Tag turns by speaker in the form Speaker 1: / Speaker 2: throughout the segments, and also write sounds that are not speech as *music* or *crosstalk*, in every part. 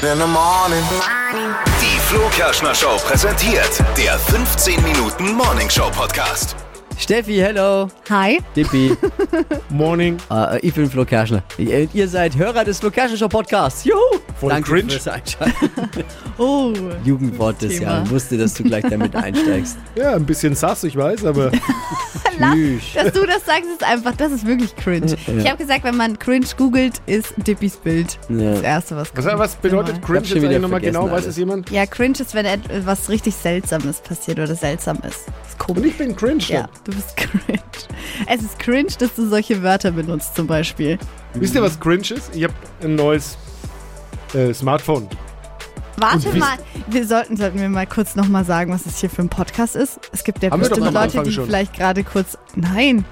Speaker 1: in the morning.
Speaker 2: Die Flo Kerschner Show präsentiert der 15 Minuten Morning Show Podcast.
Speaker 3: Steffi, hello.
Speaker 4: Hi.
Speaker 3: Dippi,
Speaker 5: *laughs* Morning.
Speaker 3: äh, ich bin Flo Kerschner. Ihr ihr seid Hörer des Flo Kerschner Show Podcasts. Juhu!
Speaker 5: Voll
Speaker 3: Danke
Speaker 5: cringe.
Speaker 3: fürs
Speaker 5: *laughs*
Speaker 3: Einschalten.
Speaker 4: Oh.
Speaker 3: Jugendwort des
Speaker 4: Thema.
Speaker 3: Jahres. Wusste, dass du gleich damit
Speaker 4: *laughs*
Speaker 3: einsteigst.
Speaker 5: Ja, ein bisschen sass, ich weiß, aber
Speaker 3: Tschüss.
Speaker 4: Dass du das sagst, ist einfach, das ist wirklich cringe. Ich habe gesagt, wenn man cringe googelt, ist Dippys Bild
Speaker 3: Ja.
Speaker 4: das Erste, was kommt.
Speaker 5: was, was bedeutet
Speaker 4: Genau.
Speaker 5: cringe
Speaker 3: Ich
Speaker 5: jetzt
Speaker 3: hab schon wieder
Speaker 5: eigentlich nochmal
Speaker 3: vergessen
Speaker 5: genau?
Speaker 3: alles.
Speaker 5: Weiß es jemand?
Speaker 4: Ja, cringe ist, wenn etwas richtig Seltsames passiert oder seltsam ist. Das ist
Speaker 5: Und
Speaker 4: komisch.
Speaker 5: ich bin cringe. ne?
Speaker 4: Ja,
Speaker 5: Ja.
Speaker 4: du bist *laughs* cringe. Es ist cringe, dass du solche Wörter benutzt, zum Beispiel.
Speaker 5: Wisst ihr, was cringe ist? Ich habe ein neues äh, Smartphone.
Speaker 4: Warte
Speaker 5: Und wie-
Speaker 4: mal, wir sollten, sollten wir mal kurz nochmal sagen, was es hier für ein Podcast ist. Es gibt ja
Speaker 5: Haben wir doch
Speaker 4: bestimmt
Speaker 5: am
Speaker 4: Leute,
Speaker 5: Anfang
Speaker 4: die
Speaker 5: schon.
Speaker 4: vielleicht gerade kurz. Nein.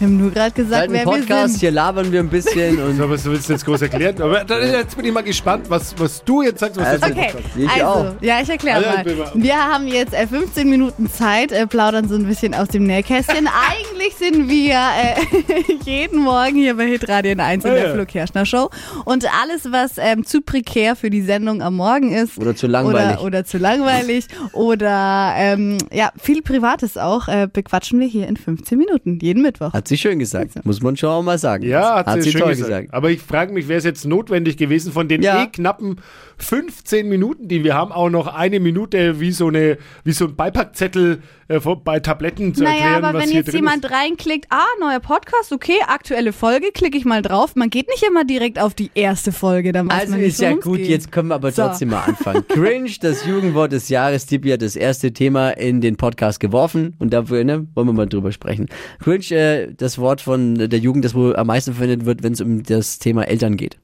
Speaker 4: Wir haben nur gerade gesagt,
Speaker 3: Seit dem
Speaker 4: wer wir
Speaker 3: Podcast,
Speaker 4: sind.
Speaker 3: hier labern wir ein bisschen und.
Speaker 5: So, was willst du jetzt groß erklären? Aber dann, jetzt bin ich mal gespannt, was, was du jetzt sagst, was
Speaker 3: Also-
Speaker 5: das
Speaker 4: Okay,
Speaker 3: Sehe ich
Speaker 4: also,
Speaker 3: auch.
Speaker 4: ja, ich erkläre
Speaker 5: Also, ich
Speaker 4: mal.
Speaker 5: bin mal-
Speaker 4: Wir haben jetzt äh, 15 Minuten Zeit, äh, plaudern so ein bisschen aus dem Nähkästchen.
Speaker 3: *laughs*
Speaker 4: Eigentlich sind wir äh, *laughs* jeden Morgen hier bei Hitradio 1 in
Speaker 5: Ja,
Speaker 4: der
Speaker 5: ja.
Speaker 4: Flo Kerschner Show. Und alles, was ähm, zu prekär für die Sendung am Morgen ist.
Speaker 3: Oder zu langweilig.
Speaker 4: Oder, oder zu langweilig. oder ähm, ja, viel Privates auch, äh, bequatschen wir hier in 15 Minuten. Jeden Mittwoch.
Speaker 3: Hat sie schön gesagt. Muss man schon auch mal sagen.
Speaker 5: Ja, hat, sie, schön
Speaker 3: toll
Speaker 5: gesagt.
Speaker 3: gesagt.
Speaker 5: Aber ich frage mich, wäre es jetzt notwendig gewesen, von den
Speaker 3: Ja.
Speaker 5: eh knappen 15 Minuten, die wir haben, auch noch eine Minute wie so, eine, wie so ein Beipackzettel äh, vor- bei Tabletten zu
Speaker 4: Naja,
Speaker 5: erklären,
Speaker 4: aber
Speaker 5: was
Speaker 4: wenn
Speaker 5: hier
Speaker 4: jetzt
Speaker 5: drin
Speaker 4: jemand
Speaker 5: ist.
Speaker 4: reinklickt, ah, neuer Podcast, okay, aktuelle Folge, klicke ich mal drauf. Man geht nicht immer direkt auf die erste Folge, dann weiß
Speaker 3: Also
Speaker 4: man
Speaker 3: ist
Speaker 4: nicht,
Speaker 3: ja
Speaker 4: worum's
Speaker 3: gut,
Speaker 4: geht.
Speaker 3: jetzt können wir aber
Speaker 4: So.
Speaker 3: trotzdem mal
Speaker 4: *laughs*
Speaker 3: anfangen. Cringe, das Jugendwort des Jahres, Tippi hat das erste Thema in den Podcast geworfen und da ne, wollen wir mal drüber sprechen. Cringe, äh, das Wort von der Jugend, das wohl am meisten verwendet wird, wenn es um das Thema Eltern geht.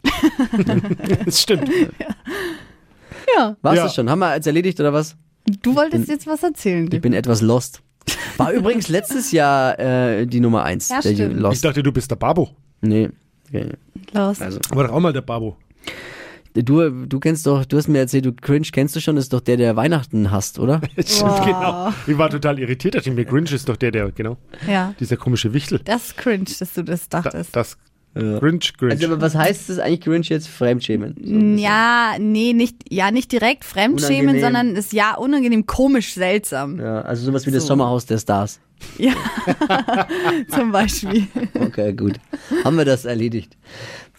Speaker 5: *laughs* Das stimmt.
Speaker 4: Ja,
Speaker 3: War's
Speaker 5: Ja.
Speaker 3: das schon? Haben wir jetzt erledigt oder was?
Speaker 4: du wolltest jetzt was erzählen.
Speaker 3: Ich bin etwas lost.
Speaker 4: *laughs*
Speaker 3: War übrigens letztes Jahr äh, die Nummer eins.
Speaker 4: Ja,
Speaker 3: der Ju-
Speaker 4: stimmt.
Speaker 5: Ich
Speaker 3: Lost.
Speaker 5: dachte, du bist der Babo.
Speaker 3: Nee. Okay.
Speaker 4: Klaus.
Speaker 3: also-
Speaker 5: Aber doch auch mal der Babo.
Speaker 3: Du, du kennst doch, du hast mir erzählt, du Cringe kennst du schon, ist doch der, der Weihnachten hasst,
Speaker 5: *laughs*
Speaker 3: oder?
Speaker 5: Stimmt, genau. Ich war total irritiert, dachte ich mir, Grinch ist doch der, der, genau,
Speaker 4: Ja,
Speaker 5: dieser komische Wichtel.
Speaker 4: das ist cringe, dass du das
Speaker 5: Da,
Speaker 4: dachtest.
Speaker 5: das Grinch, Grinch.
Speaker 3: Also, aber was heißt das eigentlich Cringe jetzt? Fremdschämen? So ein bisschen.
Speaker 4: ja, nee, nicht, ja, nicht direkt fremdschämen,
Speaker 3: Unangenehm.
Speaker 4: sondern ist ja unangenehm komisch seltsam.
Speaker 3: Ja, also sowas wie das Sommerhaus der Stars.
Speaker 4: Ja, zum
Speaker 3: *laughs*
Speaker 4: Beispiel.
Speaker 3: Okay, gut. Haben wir das erledigt.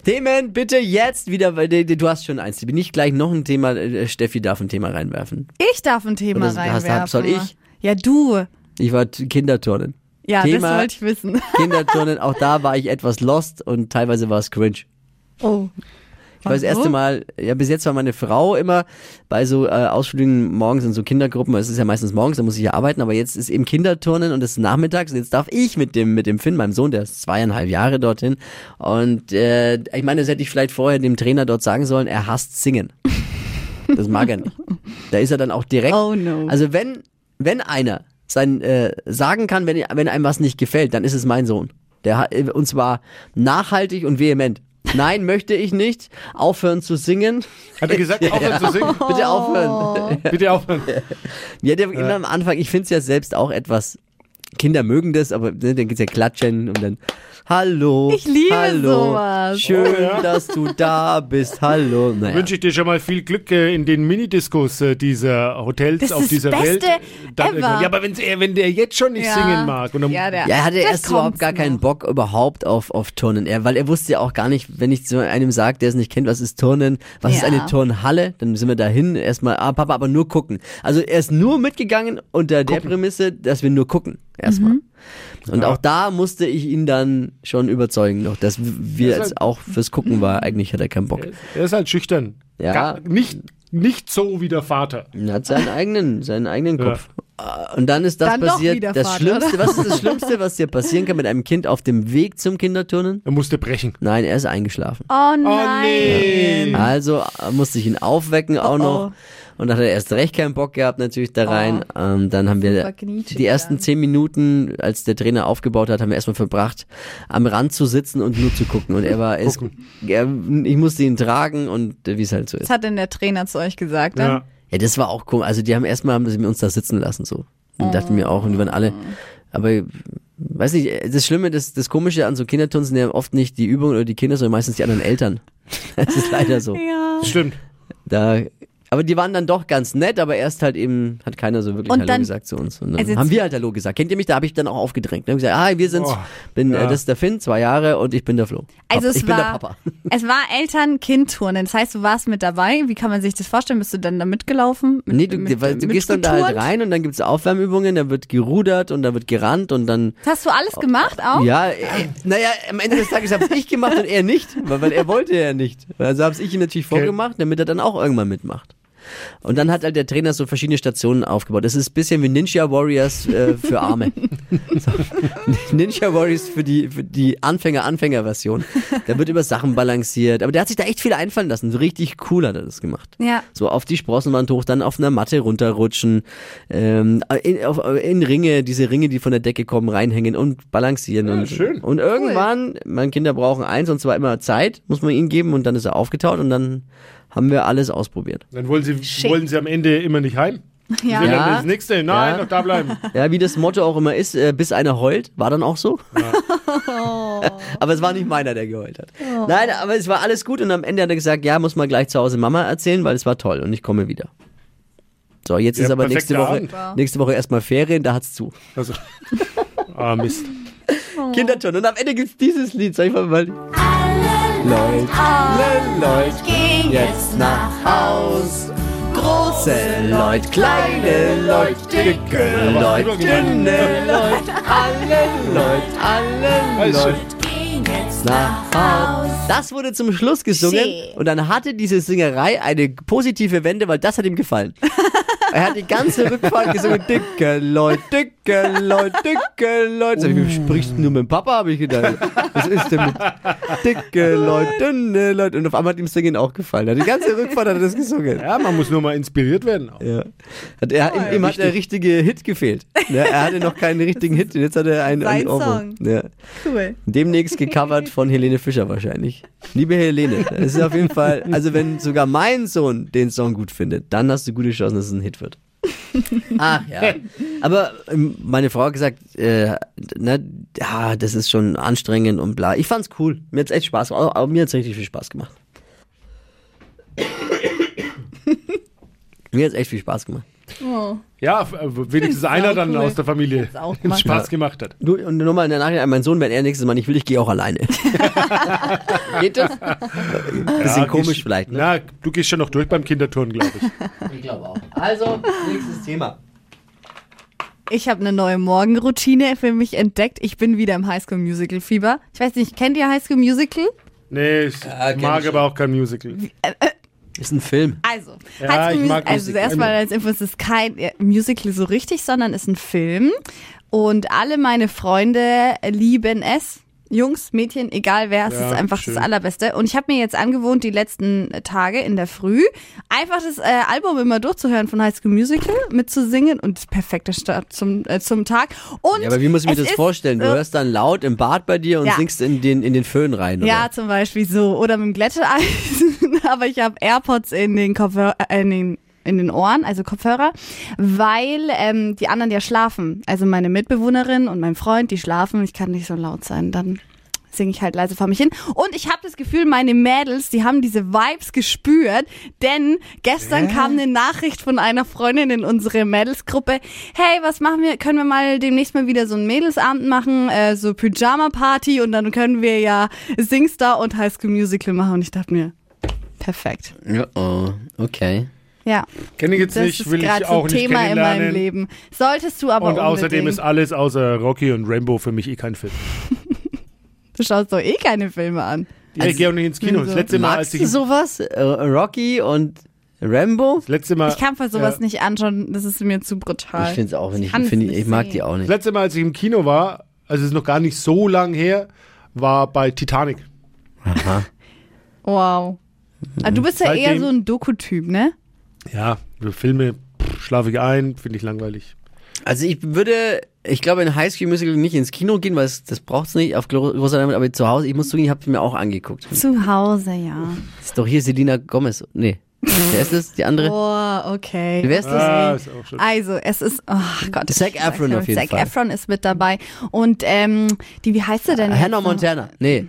Speaker 3: Themen bitte jetzt wieder, weil die- die- du hast schon eins. Ich bin nicht gleich noch ein Thema, äh, Steffi darf ein Thema reinwerfen.
Speaker 4: Ich darf ein Thema
Speaker 3: Oder hast-
Speaker 4: reinwerfen.
Speaker 3: soll ich?
Speaker 4: Ja, du.
Speaker 3: Ich war t- Kinderturnen.
Speaker 4: Ja,
Speaker 3: Thema
Speaker 4: das wollte ich wissen. *laughs*
Speaker 3: Kinderturnen, auch da war ich etwas lost und teilweise war es cringe.
Speaker 4: Oh.
Speaker 3: Ich war das erste Mal, ja, bis jetzt war meine Frau immer bei so äh, Ausflügen morgens in so Kindergruppen, weil es ist ja meistens morgens, da muss ich ja arbeiten, aber jetzt ist eben Kinderturnen und es ist nachmittags und jetzt darf ich mit dem, mit dem Finn, meinem Sohn, der ist zweieinhalb Jahre dorthin und äh, ich meine, das hätte ich vielleicht vorher dem Trainer dort sagen sollen, er hasst Singen. Das mag er nicht. Da ist er dann auch direkt.
Speaker 4: Oh no.
Speaker 3: Also wenn, wenn einer sein, äh, sagen kann, wenn, wenn einem was nicht gefällt, dann ist es mein Sohn. Der, hat- äh, und zwar nachhaltig und vehement. Nein, möchte ich nicht. Aufhören zu singen.
Speaker 5: Hat
Speaker 3: *laughs*
Speaker 5: er gesagt, aufhören zu singen?
Speaker 3: Bitte
Speaker 4: Oh.
Speaker 3: aufhören.
Speaker 5: Bitte aufhören.
Speaker 3: Ja, der, immer am Anfang, ich find's ja selbst auch etwas. Kinder mögen das, aber ne, dann geht's ja klatschen und dann Hallo.
Speaker 4: Ich liebe
Speaker 3: hallo,
Speaker 4: sowas.
Speaker 3: Schön, dass du da bist. Hallo. Naja.
Speaker 5: Wünsche ich dir schon mal viel Glück äh, in den Minidiscos äh, dieser Hotels
Speaker 4: Das ist
Speaker 5: auf
Speaker 4: das
Speaker 5: dieser
Speaker 4: Beste
Speaker 5: Welt. Dann
Speaker 4: ever.
Speaker 5: irgendwann- Ja, aber wenn's, er- wenn der jetzt schon nicht
Speaker 4: Ja.
Speaker 5: singen mag. Und dann,
Speaker 4: Ja, der-
Speaker 3: Ja, er hatte
Speaker 4: Das
Speaker 3: erst überhaupt
Speaker 4: kommt's
Speaker 3: gar keinen
Speaker 4: noch.
Speaker 3: Bock überhaupt auf, auf Turnen. Er, weil er wusste ja auch gar nicht, wenn ich zu einem sage, der es nicht kennt, was ist Turnen, was ist
Speaker 4: Ja.
Speaker 3: eine Turnhalle, dann sind wir dahin erstmal, ah, Papa, aber nur gucken. Also er ist nur mitgegangen unter der Prämisse, dass wir nur gucken erstmal.
Speaker 4: Mhm.
Speaker 3: Und
Speaker 5: Ja.
Speaker 3: auch da musste ich ihn dann schon überzeugen noch, dass wir
Speaker 5: Das ist
Speaker 3: jetzt auch fürs Gucken war, eigentlich hat er keinen Bock.
Speaker 5: er ist halt schüchtern.
Speaker 3: Ja.
Speaker 5: Gar, nicht, nicht so wie der Vater.
Speaker 3: Er hat seinen eigenen, seinen eigenen
Speaker 5: Ja.
Speaker 3: Kopf. Äh, Und dann ist das
Speaker 4: Dann doch
Speaker 3: passiert,
Speaker 4: wieder
Speaker 3: das
Speaker 4: Vater,
Speaker 3: Schlimmste, was ist das Schlimmste, was dir passieren kann mit einem Kind auf dem Weg zum Kinderturnen?
Speaker 5: Er musste brechen.
Speaker 3: Nein, er ist eingeschlafen.
Speaker 4: Oh nein.
Speaker 5: nee.
Speaker 3: Also äh, musste ich ihn aufwecken auch
Speaker 4: Oh, oh.
Speaker 3: noch. Und dann hat er erst recht keinen Bock gehabt natürlich da rein. Ähm, dann haben wir
Speaker 4: knitschig
Speaker 3: die ersten
Speaker 4: dann.
Speaker 3: zehn Minuten, als der Trainer aufgebaut hat, haben wir erstmal verbracht, am Rand zu sitzen und nur zu gucken. Und er war, es, er, ich musste ihn tragen und äh, wie es halt so
Speaker 4: Das
Speaker 3: ist.
Speaker 4: hat denn der Trainer zu euch gesagt. Dann?
Speaker 5: Ja.
Speaker 3: Ja, das war auch komisch. Also die haben erstmal haben sie uns da sitzen lassen so.
Speaker 4: Oh.
Speaker 3: Und dachten mir auch, und die waren alle. Aber weiß nicht, äh, das Schlimme, das, das Komische an so Kinderturnen *laughs* sind ja oft nicht die Übungen oder die Kinder, sondern meistens die anderen Eltern. Das ist leider so.
Speaker 4: Ja.
Speaker 5: Stimmt.
Speaker 3: Da, aber die waren dann doch ganz nett, aber erst halt eben hat keiner so wirklich
Speaker 4: Und
Speaker 3: Hallo
Speaker 4: dann-
Speaker 3: gesagt zu uns. Und dann
Speaker 4: Also jetzt-
Speaker 3: haben wir halt Hallo gesagt. Kennt ihr mich? Da habe ich dann auch aufgedrängt. Dann hab ich gesagt, ah, wir sind's.
Speaker 5: Oh,
Speaker 3: bin,
Speaker 5: ja.
Speaker 3: äh, das ist der Finn, zwei Jahre und ich bin der Flo.
Speaker 4: Also
Speaker 3: Pap-
Speaker 4: es
Speaker 3: ich
Speaker 4: war,
Speaker 3: bin der Papa. *laughs*
Speaker 4: Es war Eltern-Kind-Turnen. Das heißt, du warst mit dabei. Wie kann man sich das vorstellen? Bist du dann da mitgelaufen? Mit,
Speaker 3: Nee, du,
Speaker 4: mit-
Speaker 3: weil du gehst dann da halt
Speaker 4: mitgeturnt?
Speaker 3: rein und dann gibt's Aufwärmübungen, da wird gerudert und da wird gerannt und dann
Speaker 4: Das hast du alles gemacht auch?
Speaker 3: Ja, äh, naja, am Ende des Tages hab's ich gemacht und er nicht, weil, weil er wollte ja nicht. Also hab's ich ihm natürlich
Speaker 5: Okay.
Speaker 3: vorgemacht, damit er dann auch irgendwann mitmacht. Und dann hat halt der Trainer so verschiedene Stationen aufgebaut. Das ist ein bisschen wie Ninja Warriors äh, für Arme. so. Ninja Warriors für die, für die Anfänger-Anfänger-Version. Da wird über Sachen balanciert. Aber der hat sich da echt viel einfallen lassen. So richtig cool hat er das gemacht.
Speaker 4: Ja.
Speaker 3: So auf die Sprossenwand hoch, dann auf einer Matte runterrutschen, ähm, in, auf, in Ringe, diese Ringe, die von der Decke kommen, reinhängen und balancieren. und,
Speaker 5: schön.
Speaker 3: und irgendwann, meine Kinder brauchen eins und zwar immer Zeit, muss man ihnen geben und dann ist er aufgetaut und dann haben wir alles ausprobiert.
Speaker 5: Dann wollen sie,
Speaker 4: Schick.
Speaker 5: wollen sie am Ende immer nicht heim.
Speaker 4: Ja.
Speaker 5: Will
Speaker 3: Ja.
Speaker 5: dann das nächste. Nein,
Speaker 3: Ja.
Speaker 5: noch da bleiben.
Speaker 3: Ja, wie das Motto auch immer ist, äh, bis einer heult, war dann auch so. *laughs* aber es war nicht meiner, der geheult hat. Nein, aber es war alles gut und am Ende hat er gesagt, ja, muss man gleich zu Hause Mama erzählen, weil es war toll und ich komme wieder. So, jetzt
Speaker 5: Ja,
Speaker 3: ist aber nächste
Speaker 5: perfekter
Speaker 3: Woche,
Speaker 5: Abend.
Speaker 4: Wow.
Speaker 3: nächste Woche erstmal Ferien, da hat's zu.
Speaker 5: Also, *laughs* ah, Mist.
Speaker 3: Kinderton. Und am Ende gibt's dieses Lied. Sag ich mal, weil Leute, alle Leute gehen jetzt nach Haus. Große Leute, kleine Leute, dicke Leute, dünne Leute, alle Leute, alle
Speaker 5: Alles
Speaker 4: Also,
Speaker 3: Leute
Speaker 5: schön.
Speaker 3: nach Haus. Das wurde zum Schluss gesungen
Speaker 4: Schön.
Speaker 3: und dann hatte diese Singerei eine positive Wende, weil das hat ihm gefallen. Er hat die ganze Rückfahrt gesungen, dicke Leute, dicke Leute, dicke Leute. Sag ich, Wie sprichst du nur mit dem Papa, habe ich gedacht. Was ist denn mit dicke Leute, dünne Leute? Und auf einmal hat ihm das Singen auch gefallen. Die ganze Rückfahrt hat er das gesungen.
Speaker 5: Ja, man muss nur mal inspiriert werden. auch.
Speaker 3: Ja. Hat er,
Speaker 4: Oh
Speaker 3: ihm, ihm hat der richtige Hit gefehlt. Ja, er hatte noch keinen richtigen Hit und jetzt hat er einen, einen
Speaker 4: Sein
Speaker 3: Ohrwurm.
Speaker 4: Song.
Speaker 3: Ja.
Speaker 4: Cool.
Speaker 3: Demnächst gecovert von Helene Fischer wahrscheinlich. Liebe Helene, es ist auf jeden Fall, also wenn sogar mein Sohn den Song gut findet, dann hast du gute Chancen, dass es ein Hit wird. Ach ja. Aber ähm, meine Frau hat gesagt, äh, ne, ja, das ist schon anstrengend und bla. Ich fand's cool. Mir hat's echt Spaß gemacht. Aber mir hat's richtig viel Spaß gemacht. mir hat's echt viel Spaß gemacht.
Speaker 4: Oh.
Speaker 5: Ja, f- äh, wenigstens einer dann
Speaker 4: saucool.
Speaker 5: aus der Familie,
Speaker 4: auch
Speaker 5: dem
Speaker 4: gemacht.
Speaker 5: Spaß gemacht hat.
Speaker 3: Du, und nochmal in der Nachricht an meinen Sohn, wenn er nächstes Mal nicht will, ich gehe auch *laughs* alleine. Geht das? Bisschen
Speaker 5: Ja,
Speaker 3: komisch
Speaker 5: gehst-
Speaker 3: vielleicht, ne?
Speaker 5: Na, du gehst schon noch durch beim Kinderturnen, glaube ich.
Speaker 3: Ich glaube auch. Also, nächstes Thema.
Speaker 4: Ich habe eine neue Morgenroutine für mich entdeckt. Ich bin wieder im Highschool Musical Fieber. Ich weiß nicht, kennt ihr Highschool Musical?
Speaker 5: Nee,
Speaker 3: *laughs*
Speaker 5: ich
Speaker 3: kenn
Speaker 5: mag
Speaker 3: ich
Speaker 5: aber auch kein Musical.
Speaker 3: Ist ein Film.
Speaker 4: Also,
Speaker 5: Ja,
Speaker 4: High School
Speaker 5: ich mag
Speaker 4: Musical- also
Speaker 5: Musical.
Speaker 4: erstmal
Speaker 3: genau.
Speaker 4: als Info, es ist kein äh, Musical so richtig, sondern ist ein Film. Und alle meine Freunde lieben es. Jungs, Mädchen, egal wer, es
Speaker 5: Ja,
Speaker 4: ist einfach
Speaker 5: schön.
Speaker 4: das Allerbeste. Und ich habe mir jetzt angewohnt, die letzten Tage in der Früh einfach das äh, Album immer durchzuhören von High School Musical, mitzusingen und das perfekte Start zum, äh, zum Tag. Und
Speaker 3: Ja, aber wie muss ich mir
Speaker 4: es
Speaker 3: das
Speaker 4: ist
Speaker 3: vorstellen? Du
Speaker 4: so-
Speaker 3: hörst dann laut im Bad bei dir und
Speaker 4: Ja.
Speaker 3: singst in den, in den Föhn rein, oder?
Speaker 4: Ja, zum Beispiel so. Oder mit dem Glätteisen. *laughs* Aber ich habe AirPods in den Kopfhörer, äh, in den in den Ohren, also Kopfhörer, weil ähm, die anderen ja schlafen. Also meine Mitbewohnerin und mein Freund, die schlafen. Ich kann nicht so laut sein. Dann singe ich halt leise vor mich hin. Und ich habe das Gefühl, meine Mädels, die haben diese Vibes gespürt, denn gestern kam eine Nachricht von einer Freundin in unsere Mädelsgruppe. Hey, was machen wir? Können wir mal demnächst mal wieder so einen Mädelsabend machen, äh, so Pyjama-Party und dann können wir ja Singstar und High School Musical machen. Und ich dachte mir, perfekt.
Speaker 3: Ja, oh, okay.
Speaker 4: Ja,
Speaker 5: Kenne ich jetzt
Speaker 4: das
Speaker 5: nicht,
Speaker 4: ist
Speaker 5: will ich
Speaker 4: gerade
Speaker 5: auch
Speaker 4: so ein
Speaker 5: nicht
Speaker 4: Thema in
Speaker 5: kennenlernen.
Speaker 4: meinem Leben. Solltest du aber
Speaker 5: Und außerdem
Speaker 4: unbedingt.
Speaker 5: ist alles außer Rocky und Rambo für mich eh kein Film.
Speaker 4: Du schaust doch eh keine Filme an.
Speaker 5: Ja,
Speaker 3: Also,
Speaker 5: ich gehe auch nicht ins Kino.
Speaker 4: also,
Speaker 5: Das letzte Mal, als
Speaker 3: Magst
Speaker 5: ich.
Speaker 3: du sowas? Äh, Rocky und Rambo?
Speaker 5: das letzte Mal,
Speaker 4: Ich kann für sowas
Speaker 5: ja.
Speaker 4: nicht anschauen, das ist mir zu brutal.
Speaker 3: Ich find's auch, wenn ich,
Speaker 4: kann's
Speaker 3: find, ich
Speaker 4: nicht
Speaker 3: ich mag
Speaker 4: sehen.
Speaker 3: die auch
Speaker 5: Das
Speaker 3: nicht.
Speaker 5: letzte Mal, als ich im Kino war, also es ist noch gar nicht so lang her, war bei Titanic.
Speaker 4: Wow. Ah, du bist ja
Speaker 5: Seitdem-
Speaker 4: eher so ein Doku-Typ, ne?
Speaker 5: Ja, so Filme pff, schlafe ich ein, finde ich langweilig.
Speaker 3: Also ich würde, ich glaube in High School Musical nicht ins Kino gehen, weil es, das braucht's nicht auf gro- großer Leinwand, aber zu Hause, ich muss zugeben, ich hab's mir auch angeguckt.
Speaker 4: Zu Hause, ja.
Speaker 3: Ist doch hier Selina Gomez. Nee. Wer ist das? Die
Speaker 4: Oh,
Speaker 3: andere?
Speaker 4: Boah, okay.
Speaker 3: Wer ist das?
Speaker 5: Ah, ist auch schön.
Speaker 4: Also, es ist, oh Gott.
Speaker 3: Zac
Speaker 4: ich weiß
Speaker 3: Efron
Speaker 4: nicht,
Speaker 3: auf jeden
Speaker 4: Zac
Speaker 3: Fall.
Speaker 4: Efron ist mit dabei. Und ähm, die, wie heißt sie denn?
Speaker 3: Ah, Hannah
Speaker 4: jetzt noch?
Speaker 3: Montana. Nee.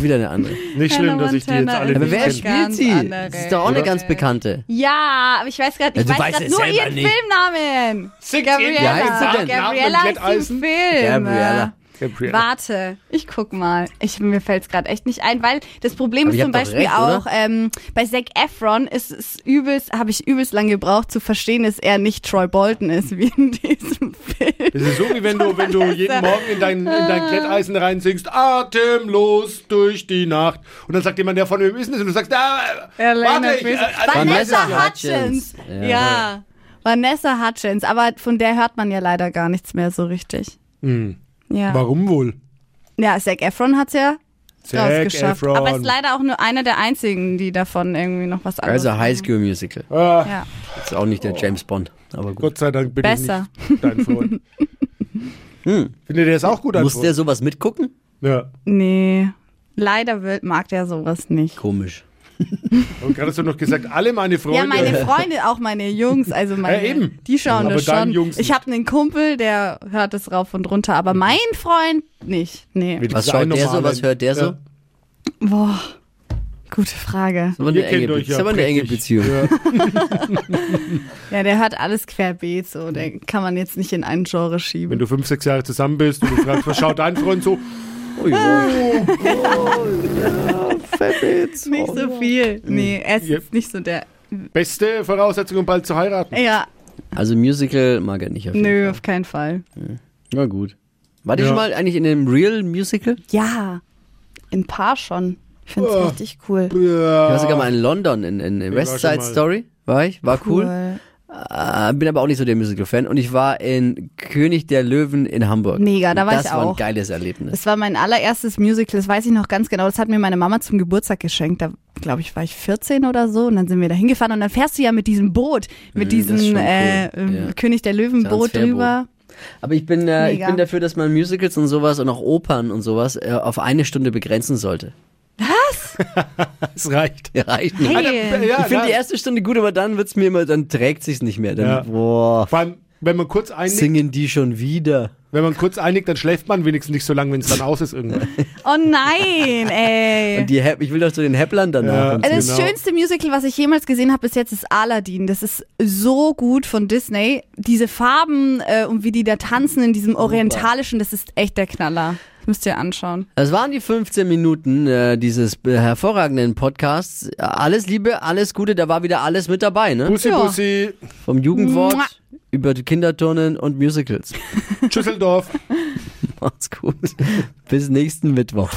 Speaker 3: Wieder eine andere.
Speaker 5: Nicht schlimm,
Speaker 4: Hannah
Speaker 5: dass ich die jetzt
Speaker 4: Montana
Speaker 5: alle
Speaker 4: ist
Speaker 3: Aber
Speaker 5: nicht
Speaker 3: wer
Speaker 4: eine
Speaker 5: kenne.
Speaker 3: spielt
Speaker 4: ganz
Speaker 3: sie?
Speaker 4: andere.
Speaker 3: Das ist doch auch eine
Speaker 5: Oder?
Speaker 3: ganz bekannte.
Speaker 4: Ja, aber ich weiß gerade,
Speaker 3: Ja,
Speaker 4: ich
Speaker 3: du
Speaker 4: weiß
Speaker 3: weißt
Speaker 4: gerade
Speaker 3: es
Speaker 4: nur
Speaker 3: selber
Speaker 4: ihren
Speaker 3: nicht.
Speaker 4: Filmnamen.
Speaker 5: Singt
Speaker 4: Gabriella.
Speaker 5: ihr?
Speaker 3: Wie heißt sie denn?
Speaker 4: Gabriella
Speaker 5: Namen
Speaker 4: ist im
Speaker 5: Glätteisen?
Speaker 4: Film.
Speaker 3: Gabriella.
Speaker 5: Gabriella.
Speaker 4: Warte, ich guck mal. Ich, mir fällt's grad gerade echt nicht ein, weil das Problem
Speaker 3: Aber
Speaker 4: ist
Speaker 3: ihr
Speaker 4: zum
Speaker 3: habt doch
Speaker 4: Beispiel
Speaker 3: recht, oder?
Speaker 4: auch ähm, bei Zac Efron ist es übelst, habe ich übelst lange gebraucht zu verstehen, dass er nicht Troy Bolton ist wie in diesem *laughs* Film.
Speaker 5: Das ist so, wie wenn du,
Speaker 4: *laughs*
Speaker 5: wenn du jeden Morgen in dein, in dein Kletteisen reinsingst, atemlos durch die Nacht. Und dann sagt jemand, ja, von wem ist denn das? Und du sagst, ah, äh, warte, ich, äh, äh,
Speaker 4: Vanessa,
Speaker 3: Vanessa
Speaker 4: Hutchins.
Speaker 3: Hutchins.
Speaker 4: Ja.
Speaker 3: Ja.
Speaker 4: Vanessa Hutchins, aber von der hört man ja leider gar nichts mehr so richtig.
Speaker 3: Hm.
Speaker 4: Ja.
Speaker 5: Warum wohl?
Speaker 4: Ja, Zac Efron hat's ja
Speaker 5: Zac
Speaker 4: rausgeschafft.
Speaker 5: Efron.
Speaker 4: Aber ist leider auch nur einer der einzigen, die davon irgendwie noch was anderes.
Speaker 3: Also High School Musical.
Speaker 5: Ah,
Speaker 4: ja.
Speaker 3: Ist auch nicht der James Bond, aber gut.
Speaker 5: Gott sei Dank bin
Speaker 4: Besser.
Speaker 5: ich nicht dein Freund.
Speaker 4: *laughs*
Speaker 3: Hm.
Speaker 5: Findet ihr das auch gut?
Speaker 3: Muss der sowas mitgucken?
Speaker 5: ja.
Speaker 4: Nee. Leider will, mag der sowas nicht.
Speaker 3: Komisch.
Speaker 5: Und gerade hast du noch gesagt, alle meine Freunde.
Speaker 4: Ja, meine Freunde, auch meine Jungs, also meine,
Speaker 5: Ja, eben.
Speaker 4: die schauen
Speaker 5: Aber
Speaker 4: das
Speaker 5: deinen
Speaker 4: schon.
Speaker 5: Jungs Mhm.
Speaker 4: ich habe einen Kumpel, der hört es rauf und runter, aber mein Freund nicht. Nee.
Speaker 5: Mit
Speaker 3: Was
Speaker 5: dieser
Speaker 3: schaut der so,
Speaker 5: normalen-
Speaker 3: was hört der so?
Speaker 5: Ja.
Speaker 4: Boah, gute Frage.
Speaker 3: Ist aber
Speaker 5: Ihr
Speaker 3: eine, enge,
Speaker 5: kennt euch
Speaker 3: Beziehung.
Speaker 5: ja
Speaker 3: ist aber eine enge
Speaker 5: prächtig.
Speaker 3: Beziehung.
Speaker 5: Ja.
Speaker 4: Ja, der hört alles querbeet, so. Den kann man jetzt nicht in ein Genre
Speaker 5: Mhm. Wenn
Speaker 4: schieben.
Speaker 5: du fünf, sechs Jahre zusammen bist und du fragst, was schaut dein Freund so?
Speaker 3: Oh, ja.
Speaker 5: Oh,
Speaker 4: Nicht so viel. Nee, er ist
Speaker 5: Ja.
Speaker 4: jetzt nicht so der.
Speaker 5: Beste Voraussetzung, um bald zu heiraten.
Speaker 4: Ja,
Speaker 3: Also Musical mag er nicht. Auf jeden
Speaker 4: nö,
Speaker 3: Fall.
Speaker 4: auf keinen Fall.
Speaker 3: Na gut. War die
Speaker 5: Ja.
Speaker 3: schon mal eigentlich in einem Real Musical?
Speaker 4: Ja, in Paar schon. Ich find's
Speaker 5: Oh.
Speaker 4: richtig cool.
Speaker 5: Ja.
Speaker 3: Ich war sogar mal in London, in, in
Speaker 5: war
Speaker 3: West
Speaker 5: schon
Speaker 3: Side
Speaker 5: mal.
Speaker 3: Story. War ich, war cool. Äh, bin aber auch nicht so der Musical-Fan. Und ich war in König der Löwen in Hamburg.
Speaker 4: Mega, da war
Speaker 3: das
Speaker 4: ich
Speaker 3: war
Speaker 4: auch.
Speaker 3: ein geiles Erlebnis.
Speaker 4: Das war mein allererstes Musical, das weiß ich noch ganz genau. Das hat mir meine Mama zum Geburtstag geschenkt. Da, glaube ich, war ich 14 oder so. Und dann sind wir da hingefahren. Und dann fährst du ja mit diesem Boot, mit
Speaker 3: Mhm, das ist
Speaker 4: diesem
Speaker 3: schon cool.
Speaker 4: äh, ähm,
Speaker 3: Ja.
Speaker 4: König der Löwen-Boot
Speaker 3: Transferboot.
Speaker 4: drüber.
Speaker 3: Aber ich bin, äh, ich
Speaker 4: Mega.
Speaker 3: bin dafür, dass man Musicals und sowas und auch Opern und sowas äh, auf eine Stunde begrenzen sollte. *laughs*
Speaker 5: Es reicht. Also,
Speaker 3: Ja, Reicht nicht.
Speaker 4: Hey.
Speaker 5: ja,
Speaker 3: ich finde
Speaker 5: na,
Speaker 3: die erste Stunde gut, aber dann wird's mir immer, dann trägt sich's nicht mehr. Dann,
Speaker 5: Ja.
Speaker 3: boah,
Speaker 5: Vor allem, wenn man kurz einnickt,
Speaker 3: singen die schon wieder.
Speaker 5: wenn man kurz einnickt, dann schläft man wenigstens nicht so lange, wenn es dann aus
Speaker 3: *laughs*
Speaker 5: ist irgendwann.
Speaker 4: Oh nein, ey.
Speaker 3: Und die, Hep- ich will doch zu den Hepplern danach.
Speaker 5: Ja.
Speaker 3: und so.
Speaker 4: Also Das
Speaker 5: Genau.
Speaker 4: schönste Musical, was ich jemals gesehen habe bis jetzt, ist Aladdin. Das ist so gut von Disney. Diese Farben äh, und wie die da tanzen in diesem orientalischen, das ist echt der Knaller. Das müsst ihr anschauen.
Speaker 3: Das waren die 15 Minuten äh, dieses äh, hervorragenden Podcasts. Alles Liebe, alles Gute, da war wieder alles mit dabei, ne?
Speaker 5: Bussi,
Speaker 4: Ja.
Speaker 5: Bussi,
Speaker 3: Vom Jugendwort
Speaker 4: Mua.
Speaker 3: über Kinderturnen und Musicals. *laughs*
Speaker 5: Schüsseldorf.
Speaker 3: Macht's gut. Bis nächsten Mittwoch.